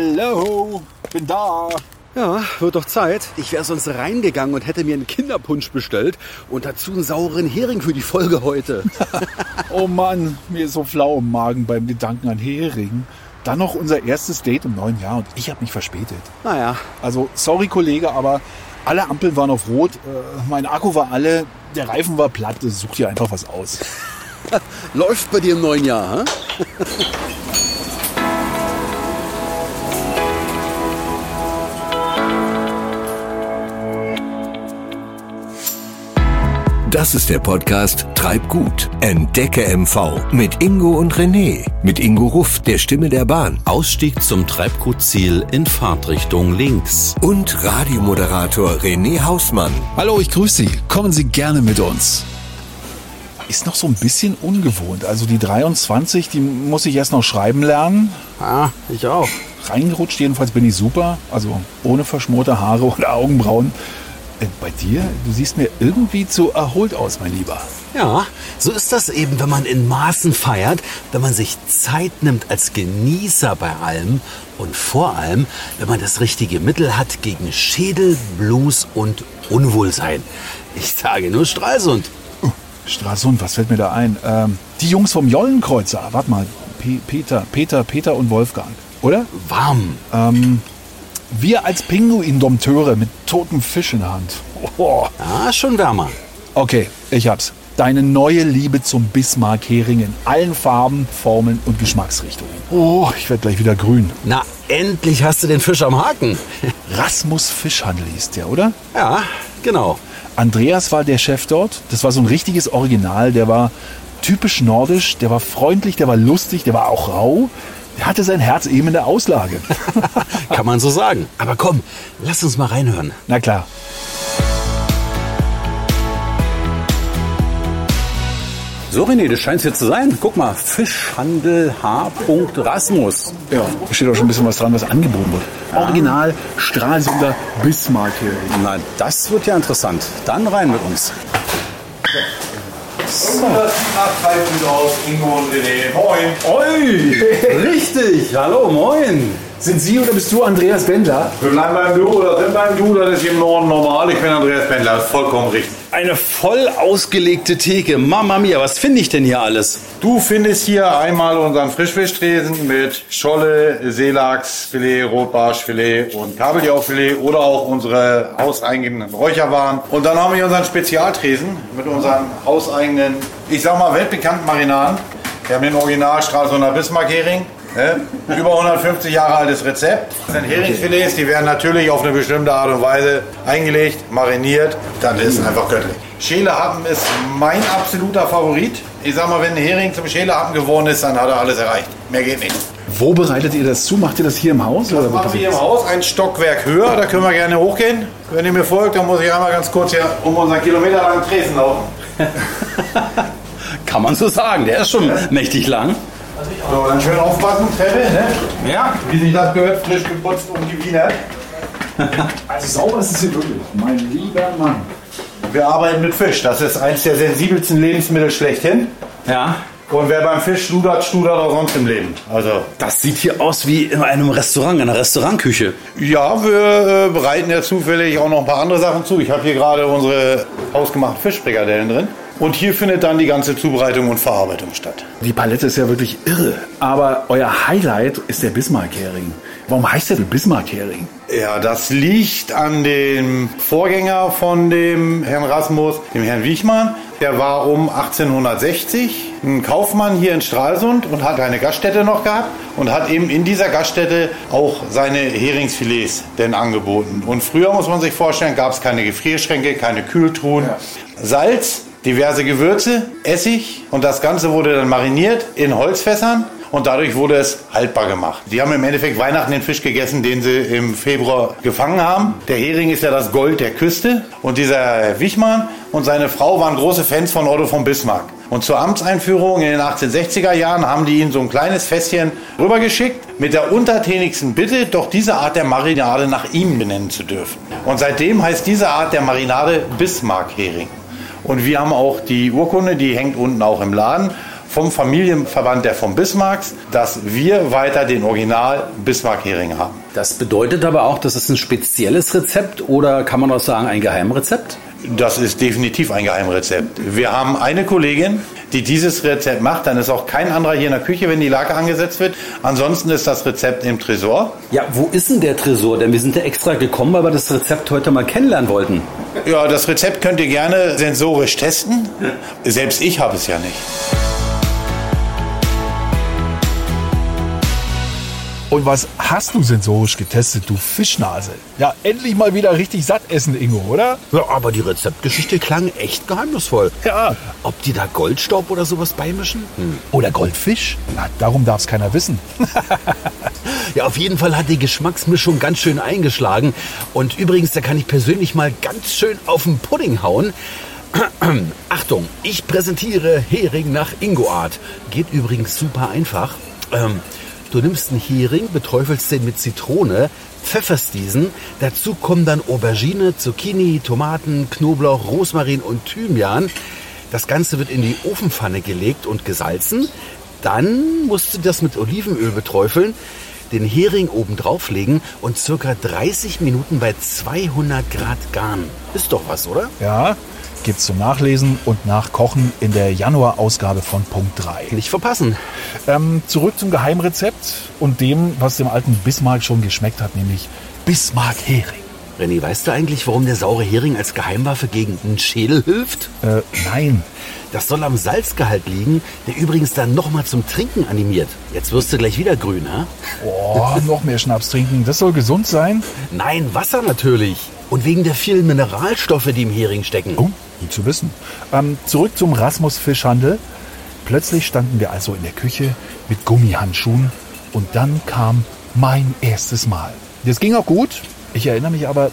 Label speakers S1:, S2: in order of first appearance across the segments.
S1: Hello, bin da.
S2: Ja, wird doch Zeit. Ich wäre sonst reingegangen und hätte mir einen Kinderpunsch bestellt und dazu einen sauren Hering für die Folge heute.
S1: Oh Mann, mir ist so flau im Magen beim Gedanken an Hering. Dann noch unser erstes Date im neuen Jahr und ich habe mich verspätet.
S2: naja,
S1: Also, sorry Kollege, aber alle Ampeln waren auf Rot, äh, mein Akku war alle, der Reifen war platt, äh, such dir einfach was aus.
S2: läuft bei dir im neuen Jahr, hä?
S3: Das ist der Podcast Treibgut. Entdecke MV mit Ingo und René. Mit Ingo Ruff, der Stimme der Bahn.
S4: Ausstieg zum Treibgutziel in Fahrtrichtung links.
S3: Und Radiomoderator René Hausmann.
S5: Hallo, ich grüße Sie. Kommen Sie gerne mit uns.
S1: Ist noch so ein bisschen ungewohnt. Also die 23, die muss ich erst noch schreiben lernen.
S6: Ah, ich auch.
S1: Reingerutscht jedenfalls bin ich super. Also ohne verschmorte Haare oder Augenbrauen. Äh, Bei dir, du siehst mir irgendwie zu erholt aus, mein Lieber.
S6: Ja, so ist das eben, wenn man in Maßen feiert, wenn man sich Zeit nimmt als Genießer bei allem und vor allem, wenn man das richtige Mittel hat gegen Schädel, Blues und Unwohlsein. Ich sage nur Stralsund.
S1: Stralsund, was fällt mir da ein? Ähm, die Jungs vom Jollenkreuzer. Warte mal. P Peter, Peter, Peter und Wolfgang. Oder?
S6: Warm.
S1: Ähm, wir als Pinguin-Dompteure mit totem Fisch in der Hand. Oh.
S6: Ja, Ah, schon wärmer.
S1: Okay, ich hab's. Deine neue Liebe zum Bismarck-Hering in allen Farben, Formen und Geschmacksrichtungen. Oh, ich werd gleich wieder grün.
S6: Na, endlich hast du den Fisch am Haken.
S1: Rasmus Fischhandel hieß der, oder?
S6: Ja, genau.
S1: Andreas war der Chef dort. Das war so ein richtiges Original. Der war typisch nordisch, der war freundlich, der war lustig, der war auch rau. Der hatte sein Herz eben in der Auslage.
S6: Kann man so sagen. Aber komm, lass uns mal reinhören.
S1: Na klar.
S4: So René, das scheint's hier zu sein. Guck mal, Fischhandel H. Rasmus.
S1: Ja, steht auch schon ein bisschen was dran, was angeboten wird. Original Stralsunder Bismarck-Hering.
S4: Na, das wird ja interessant. Dann rein mit uns.
S6: Richtig, hallo, moin.
S1: Sind Sie oder bist du Andreas Wendler?
S7: Wir bleiben beim Du oder sind beim Du, das ist hier im Norden normal. Ich bin Andreas Bendler, das ist vollkommen richtig.
S4: Eine voll ausgelegte Theke. Mama mia, was finde ich denn hier alles?
S7: Du findest hier einmal unseren Frischfischtresen mit Scholle, Seelachsfilet, Rotbarschfilet und Kabeljaufilet oder auch unsere hauseigenen Räucherwaren. Und dann haben wir unseren Spezialtresen mit unseren hauseigenen, ich sag mal, weltbekannten Marinaden. Wir haben den Original Stralsunder Bismarck-Hering. Ne? Über 150 Jahre altes Rezept. Das sind Heringsfilets, die werden natürlich auf eine bestimmte Art und Weise eingelegt, mariniert. Dann ist es einfach göttlich. Schälehappen ist mein absoluter Favorit. Ich sag mal, wenn ein Hering zum Schälehappen geworden ist, dann hat er alles erreicht. Mehr geht nicht.
S1: Wo bereitet ihr das zu? Macht ihr das hier im Haus? Oder wo
S7: Machen wir hier
S1: passiert
S7: im Haus ein Stockwerk höher, da können wir gerne hochgehen. Wenn ihr mir folgt, dann muss ich einmal ganz kurz hier um unseren kilometerlangen Tresen laufen.
S4: Kann man so sagen, der ist schon mächtig lang.
S7: So, dann schön aufpassen, Treppe, ne? Ja. Wie sich das gehört, frisch geputzt und gewienert.
S1: das? Also sauber ist es hier wirklich. Mein lieber Mann.
S7: Wir arbeiten mit Fisch, das ist eins der sensibelsten Lebensmittel schlechthin.
S4: Ja.
S7: Und wer beim Fisch studert, studert auch sonst im Leben. Also,
S4: Das sieht hier aus wie in einem Restaurant, in einer Restaurantküche.
S7: Ja, wir äh, bereiten ja zufällig auch noch ein paar andere Sachen zu. Ich habe hier gerade unsere hausgemachten Fischfrikadellen drin. Und hier findet dann die ganze Zubereitung und Verarbeitung statt.
S1: Die Palette ist ja wirklich irre. Aber euer Highlight ist der Bismarck-Hering. Warum heißt der denn Bismarck-Hering?
S7: Ja, das liegt an dem Vorgänger von dem Herrn Rasmus, dem Herrn Wiechmann. Der war um 1860 ein Kaufmann hier in Stralsund und hat eine Gaststätte noch gehabt und hat eben in dieser Gaststätte auch seine Heringsfilets denn angeboten. Und früher muss man sich vorstellen, gab es keine Gefrierschränke, keine Kühltruhen. Salz, diverse Gewürze, Essig und das Ganze wurde dann mariniert in Holzfässern und dadurch wurde es haltbar gemacht. Die haben im Endeffekt Weihnachten den Fisch gegessen, den sie im Februar gefangen haben. Der Hering ist ja das Gold der Küste. Und dieser Wichmann und seine Frau waren große Fans von Otto von Bismarck. Und zur Amtseinführung in den 1860er Jahren haben die ihnen so ein kleines Fässchen rübergeschickt mit der untertänigsten Bitte, doch diese Art der Marinade nach ihm benennen zu dürfen. Und seitdem heißt diese Art der Marinade Bismarck-Hering. Und wir haben auch die Urkunde, die hängt unten auch im Laden. vom Familienverband der von Bismarcks, dass wir weiter den Original Bismarck-Hering haben.
S4: Das bedeutet aber auch, das ist ein spezielles Rezept oder kann man auch sagen ein Geheimrezept?
S7: Das ist definitiv ein Geheimrezept. Wir haben eine Kollegin, die dieses Rezept macht. Dann ist auch kein anderer hier in der Küche, wenn die Lage angesetzt wird. Ansonsten ist das Rezept im Tresor.
S4: Ja, wo ist denn der Tresor? Denn wir sind ja extra gekommen, weil wir das Rezept heute mal kennenlernen wollten.
S7: Ja, das Rezept könnt ihr gerne sensorisch testen. Selbst ich habe es ja nicht.
S1: Und was hast du sensorisch getestet, du Fischnase? Ja, endlich mal wieder richtig satt essen, Ingo, oder?
S6: Ja, aber die Rezeptgeschichte klang echt geheimnisvoll.
S1: Ja.
S6: Ob die da Goldstaub oder sowas beimischen? Hm.
S1: Oder Goldfisch? Na, darum darf es keiner wissen.
S6: Ja, auf jeden Fall hat die Geschmacksmischung ganz schön eingeschlagen. Und übrigens, da kann ich persönlich mal ganz schön auf den Pudding hauen. Achtung, ich präsentiere Hering nach Ingo-Art. Geht übrigens super einfach. Ähm, du nimmst einen Hering, beträufelst den mit Zitrone, pfefferst diesen. Dazu kommen dann Aubergine, Zucchini, Tomaten, Knoblauch, Rosmarin und Thymian. Das Ganze wird in die Ofenpfanne gelegt und gesalzen. Dann musst du das mit Olivenöl beträufeln, den Hering oben drauflegen und circa 30 Minuten bei 200 Grad garen. Ist doch was, oder?
S1: Ja, gibt's zum Nachlesen und Nachkochen in der Januar-Ausgabe von Punkt 3.
S6: Nicht verpassen.
S1: Ähm, zurück zum Geheimrezept und dem, was dem alten Bismarck schon geschmeckt hat, nämlich Bismarck-Hering.
S6: René, weißt du eigentlich, warum der saure Hering als Geheimwaffe gegen einen Schädel hilft?
S1: Äh, nein.
S6: Das soll am Salzgehalt liegen, der übrigens dann nochmal zum Trinken animiert. Jetzt wirst du gleich wieder grün, ha?
S1: Oh, noch mehr Schnaps trinken, das soll gesund sein.
S6: Nein, Wasser natürlich. Und wegen der vielen Mineralstoffe, die im Hering stecken.
S1: Oh, gut zu wissen. Ähm, zurück zum Rasmus Fischhandel. Plötzlich standen wir also in der Küche mit Gummihandschuhen und dann kam mein erstes Mal. Das ging auch gut. Ich erinnere mich aber,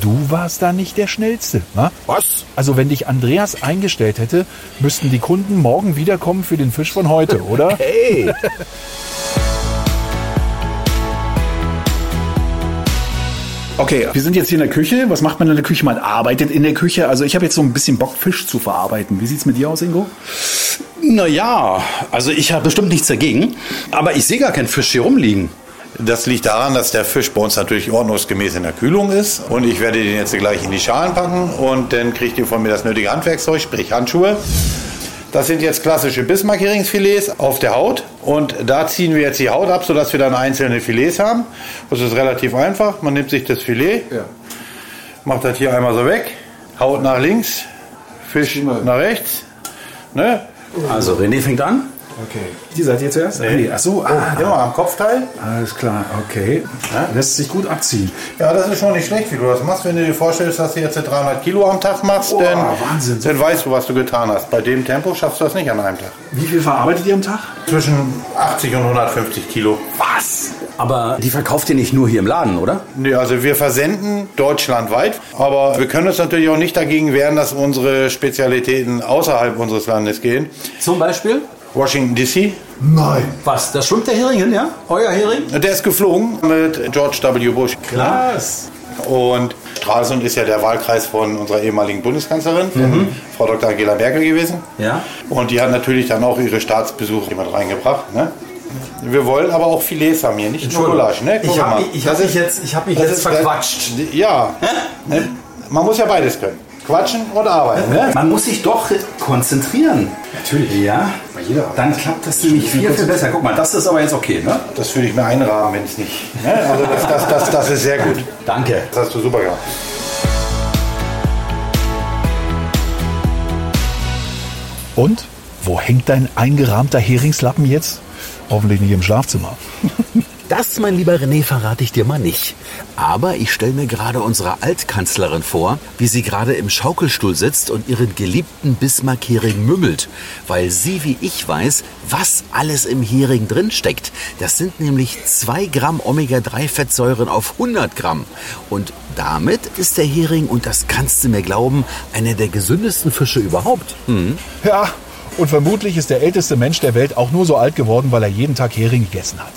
S1: du warst da nicht der Schnellste. Ne?
S6: Was?
S1: Also wenn dich Andreas eingestellt hätte, müssten die Kunden morgen wiederkommen für den Fisch von heute, oder?
S6: Hey!
S8: Okay, wir sind jetzt hier in der Küche. Was macht man in der Küche? Man arbeitet in der Küche. Also ich habe jetzt so ein bisschen Bock, Fisch zu verarbeiten. Wie sieht's mit dir aus, Ingo?
S4: Naja, also ich habe bestimmt nichts dagegen, aber ich sehe gar keinen Fisch hier rumliegen.
S7: Das liegt daran, dass der Fisch bei uns natürlich ordnungsgemäß in der Kühlung ist. Und ich werde den jetzt gleich in die Schalen packen und dann kriegt ihr von mir das nötige Handwerkszeug, sprich Handschuhe. Das sind jetzt klassische Bismarck-Heringsfilets auf der Haut. Und da ziehen wir jetzt die Haut ab, sodass wir dann einzelne Filets haben. Das ist relativ einfach. Man nimmt sich das Filet, macht das hier einmal so weg, Haut nach links, Fisch nach rechts. Ne?
S4: Also René fängt an.
S8: Okay. Die seid ihr zuerst? Nee. Ach so, ah,
S7: Immer am Kopfteil.
S8: alles klar, okay. Lässt sich gut abziehen.
S7: Ja, das ist schon nicht schlecht, wie du das machst. Wenn du dir vorstellst, dass du jetzt 300 Kilo am Tag machst, dann,
S8: Wahnsinn.
S7: dann weißt du, was du getan hast. Bei dem Tempo schaffst du das nicht an einem Tag.
S8: Wie viel verarbeitet ihr am Tag?
S7: Zwischen 80 und 150 Kilo.
S4: Was? Aber die verkauft ihr nicht nur hier im Laden, oder?
S7: Nee, also wir versenden deutschlandweit, aber wir können uns natürlich auch nicht dagegen wehren, dass unsere Spezialitäten außerhalb unseres Landes gehen.
S4: Zum Beispiel?
S7: Washington DC,
S8: Nein.
S4: Was? Da schwimmt der Hering hin, ja? Euer Hering?
S7: der ist geflogen mit George W. Bush.
S8: Was?
S7: Und Stralsund ist ja der Wahlkreis von unserer ehemaligen Bundeskanzlerin,
S9: Mhm.
S7: Frau Dr. Angela Merkel gewesen.
S4: Ja.
S7: Und die hat natürlich dann auch ihre Staatsbesuche mit reingebracht. Ne? Wir wollen aber auch Filets haben hier, nicht nur Gulasch. Ne? Guck
S9: Ich
S7: mal.
S9: habe ich hab
S7: Das
S9: mich
S7: ist-
S9: jetzt, ich hab mich
S7: das
S9: jetzt
S7: ist-
S9: verquatscht.
S7: Ja, ne? man muss ja beides können. Quatschen und arbeiten. Ne?
S4: Man muss sich doch konzentrieren. Natürlich. Ja. Bei jeder Dann klappt das nämlich viel, viel besser. Guck mal, das ist aber jetzt okay, ne?
S7: Das würde ich mir einrahmen, wenn es nicht. Ne? Also das, das, das, das ist sehr gut.
S4: Danke.
S7: Das hast du super gemacht.
S1: Und? Wo hängt dein eingerahmter Heringslappen jetzt? Hoffentlich nicht im Schlafzimmer.
S6: Das, mein lieber René, verrate ich dir mal nicht. Aber ich stelle mir gerade unsere Altkanzlerin vor, wie sie gerade im Schaukelstuhl sitzt und ihren geliebten Bismarck-Hering mümmelt. Weil sie, wie ich weiß, was alles im Hering drinsteckt. Das sind nämlich 2 Gramm Omega-3-Fettsäuren auf 100 Gramm. Und damit ist der Hering, und das kannst du mir glauben, einer der gesündesten Fische überhaupt. Mhm.
S1: Ja, und vermutlich ist der älteste Mensch der Welt auch nur so alt geworden, weil er jeden Tag Hering gegessen hat.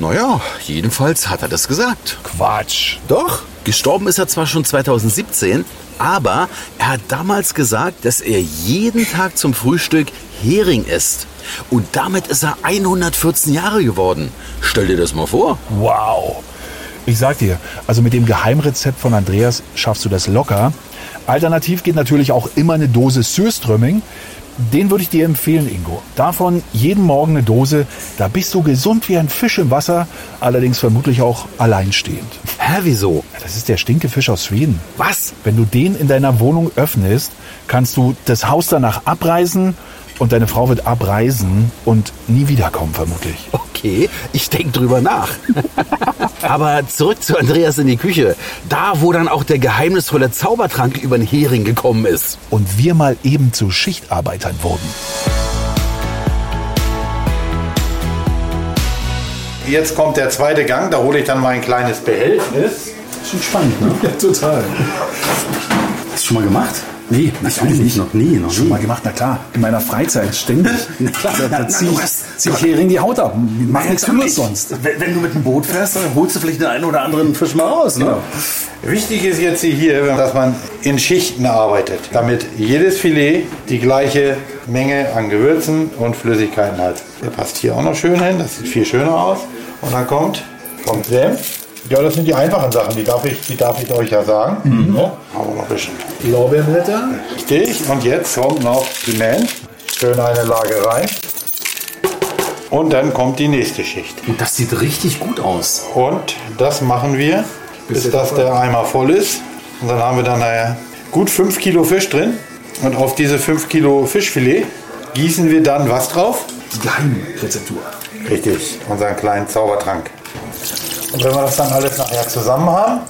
S6: Naja, jedenfalls hat er das gesagt.
S1: Quatsch.
S6: Doch, gestorben ist er zwar schon 2017, aber er hat damals gesagt, dass er jeden Tag zum Frühstück Hering isst. Und damit ist er 114 Jahre geworden. Stell dir das mal vor.
S1: Wow. Ich sag dir, also mit dem Geheimrezept von Andreas schaffst du das locker. Alternativ geht natürlich auch immer eine Dose Sürströmming. Den würde ich dir empfehlen, Ingo. Davon jeden Morgen eine Dose. Da bist du gesund wie ein Fisch im Wasser, allerdings vermutlich auch alleinstehend.
S6: Hä, wieso?
S1: Das ist der Stinkefisch aus Schweden.
S6: Was?
S1: Wenn du den in deiner Wohnung öffnest, kannst du das Haus danach abreißen und deine Frau wird abreisen und nie wiederkommen, vermutlich.
S6: Okay, ich denke drüber nach. Aber zurück zu Andreas in die Küche. Da, wo dann auch der geheimnisvolle Zaubertrank über den Hering gekommen ist.
S1: und wir mal eben zu Schichtarbeitern wurden.
S7: Jetzt kommt der zweite Gang, da hole ich dann mein kleines Behältnis.
S4: Schon spannend, ne?
S8: Ja, total.
S4: Hast du schon mal gemacht?
S8: Nee,
S4: Natürlich nicht. Noch nie, noch
S8: Schon
S4: nie.
S8: mal gemacht, na klar. In meiner Freizeit, ständig.
S4: Na klar,
S8: da
S4: na,
S8: da
S4: na,
S8: zieh
S4: du
S8: ich,
S4: hast-
S8: zieh ich Hering die Haut ab. Mach nichts anderes sonst.
S4: Wenn, wenn du mit dem Boot fährst, dann holst du vielleicht den einen oder anderen Fisch mal raus. Ne?
S7: Wichtig ist jetzt hier, dass man in Schichten arbeitet, damit jedes Filet die gleiche Menge an Gewürzen und Flüssigkeiten hat. Der passt hier auch noch schön hin, das sieht viel schöner aus. Und dann kommt, kommt Senf. Ja, das sind die einfachen Sachen, die darf ich, die darf ich euch ja sagen. Ne? Aber noch ein bisschen.
S8: Lorbeerblätter.
S7: Richtig, und jetzt kommt noch Piment. Schön eine Lage rein. Und dann kommt die nächste Schicht.
S6: Und das sieht richtig gut aus.
S7: Und das machen wir, bis dass der Eimer voll ist. Und dann haben wir dann naja, gut 5 Kilo Fisch drin. Und auf diese 5 Kilo Fischfilet gießen wir dann was drauf?
S8: Die Geheimrezeptur.
S7: Richtig, unseren kleinen Zaubertrank. Und wenn wir das dann alles nachher zusammen haben,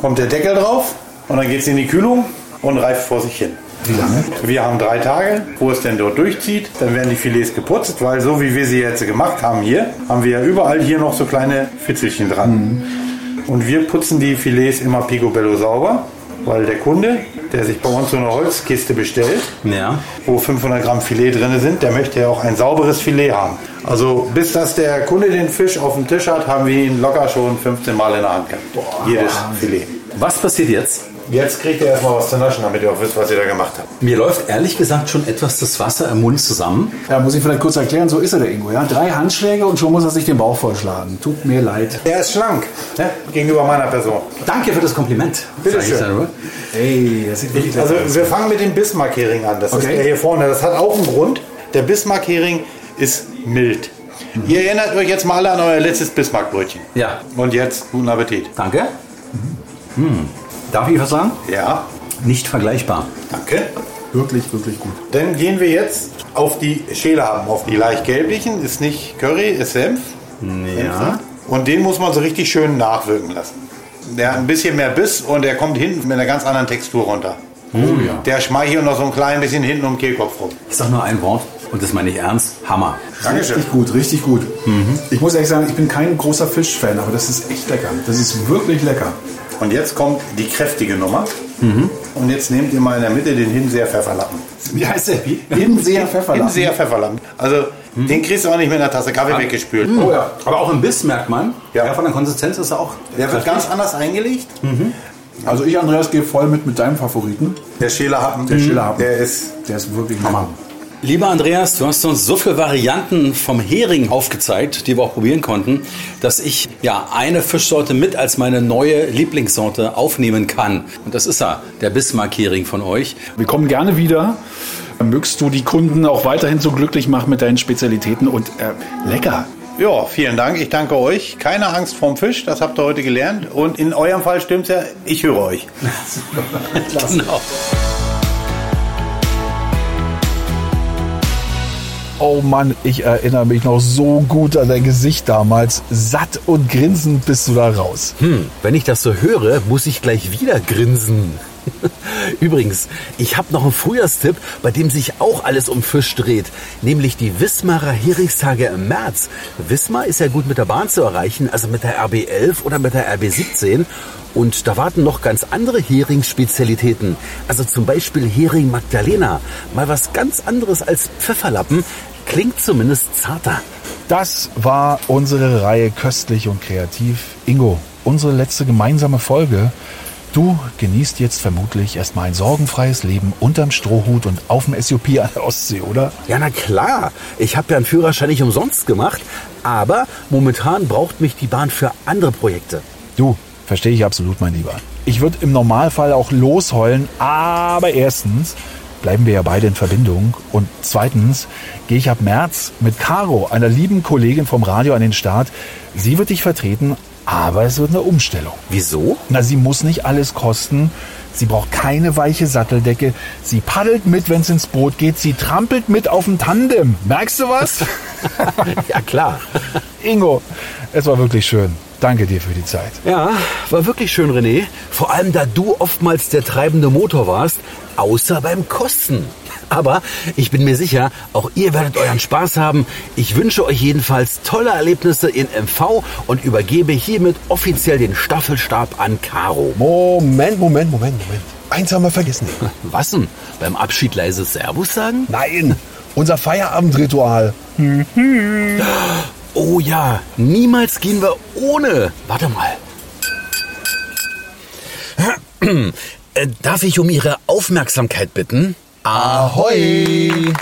S7: kommt der Deckel drauf und dann geht es in die Kühlung und reift vor sich hin.
S8: Wie lange?
S7: Wir haben drei Tage, wo es denn dort durchzieht. Dann werden die Filets geputzt, weil so wie wir sie jetzt gemacht haben hier, haben wir ja überall hier noch so kleine Fitzelchen dran.
S8: Mhm.
S7: Und wir putzen die Filets immer picobello sauber, weil der Kunde, der sich bei uns so eine Holzkiste bestellt,
S6: Ja.
S7: wo 500 Gramm Filet drin sind, der möchte ja auch ein sauberes Filet haben. Also bis dass der Kunde den Fisch auf dem Tisch hat, haben wir ihn locker schon 15 Mal in der Hand gehabt. Jedes Filet.
S6: Was passiert jetzt?
S7: Jetzt kriegt ihr erstmal was zu naschen, damit ihr auch wisst, was ihr da gemacht habt.
S6: Mir läuft ehrlich gesagt schon etwas das Wasser im Mund zusammen.
S8: Ja, muss ich vielleicht kurz erklären, so ist er der Ingo. Ja? Drei Handschläge und schon muss er sich den Bauch vollschlagen. Tut mir leid.
S7: Er ist schlank, ne? gegenüber meiner Person.
S6: Danke für das Kompliment.
S7: Bitte
S6: Sag ich
S7: schön.
S6: dann, oder?
S8: Ey, das sieht wirklich
S7: Also wir fangen mit dem Bismarck-Hering an. Das
S8: Okay.
S7: ist der hier vorne. Das hat auch einen Grund. Der Bismarck-Hering ist mild. Ihr erinnert euch jetzt mal alle an euer letztes Bismarck-Brötchen.
S6: Ja.
S7: Und jetzt guten Appetit.
S6: Danke. Hm. Darf ich was sagen?
S7: Ja,
S6: Nicht vergleichbar.
S7: danke.
S8: wirklich, wirklich gut.
S7: Dann gehen wir jetzt auf die Schälerhaben, auf die leicht gelblichen. Ist nicht Curry, ist Senf. ne?
S6: Ja.
S7: Und den muss man so richtig schön nachwirken lassen. Der hat ein bisschen mehr Biss und der kommt hinten mit einer ganz anderen Textur runter.
S8: Oh
S7: Der schmeichelt noch so ein klein bisschen hinten um den Kehlkopf rum.
S6: Ich sag nur ein Wort und das meine ich ernst. Hammer.
S7: Dankeschön.
S8: Richtig gut, richtig gut. Ich muss ehrlich sagen, ich bin kein großer Fischfan, aber das ist echt lecker. Das ist wirklich lecker.
S7: Und jetzt kommt die kräftige Nummer.
S8: Mhm.
S7: Und jetzt nehmt ihr mal in der Mitte den Hinseher Pfefferlappen.
S8: Wie heißt der? Hinseher Pfefferlappen.
S7: Hinseher Pfefferlappen. Also den kriegst du auch nicht mit einer Tasse Kaffee weggespült.
S8: Oh ja.
S6: Aber auch im Biss merkt man,
S7: Ja.
S6: ja, von der Konsistenz ist er auch.
S7: Der wird ganz anders eingelegt.
S8: Also ich, Andreas, gehe voll mit mit deinem Favoriten.
S7: Der Schälerhappen, der,
S8: Schälerhappen.
S7: der ist
S8: Der ist wirklich Hammer.
S6: Lieber Andreas, du hast uns so viele Varianten vom Hering aufgezeigt, die wir auch probieren konnten, dass ich ja eine Fischsorte mit als meine neue Lieblingssorte aufnehmen kann. Und das ist er, der Bismarck-Hering von euch.
S8: Wir kommen gerne wieder. Mögst du die Kunden auch weiterhin so glücklich machen mit deinen Spezialitäten und äh, lecker.
S7: Ja, vielen Dank. Ich danke euch. Keine Angst vorm Fisch, das habt ihr heute gelernt. Und in eurem Fall stimmt's ja, ich höre euch.
S6: Genau.
S1: Oh Mann, ich erinnere mich noch so gut an dein Gesicht damals. Satt und grinsend bist du da raus.
S6: Hm, wenn ich das so höre, muss ich gleich wieder grinsen. Übrigens, ich habe noch einen Frühjahrstipp, bei dem sich auch alles um Fisch dreht, nämlich die Wismarer Heringstage im März. Wismar ist ja gut mit der Bahn zu erreichen, also mit der RB11 oder mit der RB17. Und da warten noch ganz andere Heringsspezialitäten. Also zum Beispiel Hering Magdalena. Mal was ganz anderes als Pfefferlappen. Klingt zumindest zarter.
S1: Das war unsere Reihe Köstlich und Kreativ. Ingo, unsere letzte gemeinsame Folge. Du genießt jetzt vermutlich erstmal ein sorgenfreies Leben unterm Strohhut und auf dem SUP an der Ostsee, oder?
S6: Ja, na klar. Ich habe ja einen Führerschein nicht umsonst gemacht. Aber momentan braucht mich die Bahn für andere Projekte.
S1: Du, verstehe ich absolut, mein Lieber. Ich würde im Normalfall auch losheulen, aber erstens bleiben wir ja beide in Verbindung und zweitens gehe ich ab März mit Caro, einer lieben Kollegin vom Radio, an den Start. Sie wird dich vertreten, aber es wird eine Umstellung.
S6: Wieso?
S1: Na, sie muss nicht alles kosten. Sie braucht keine weiche Satteldecke. Sie paddelt mit, wenn es ins Boot geht. Sie trampelt mit auf dem Tandem. Merkst du was?
S6: Ja, klar.
S1: Ingo, es war wirklich schön. Danke dir für die Zeit.
S6: Ja, war wirklich schön, René. Vor allem, da du oftmals der treibende Motor warst, außer beim Kosten. Aber ich bin mir sicher, auch ihr werdet euren Spaß haben. Ich wünsche euch jedenfalls tolle Erlebnisse in MV und übergebe hiermit offiziell den Staffelstab an Caro.
S9: Moment, Moment, Moment, Moment. Eins haben wir vergessen.
S6: Was denn? Beim Abschied leise Servus sagen?
S9: Nein, unser Feierabendritual.
S6: Oh ja, niemals gehen wir ohne. Warte mal. Äh, Darf ich um Ihre Aufmerksamkeit bitten? Ahoi!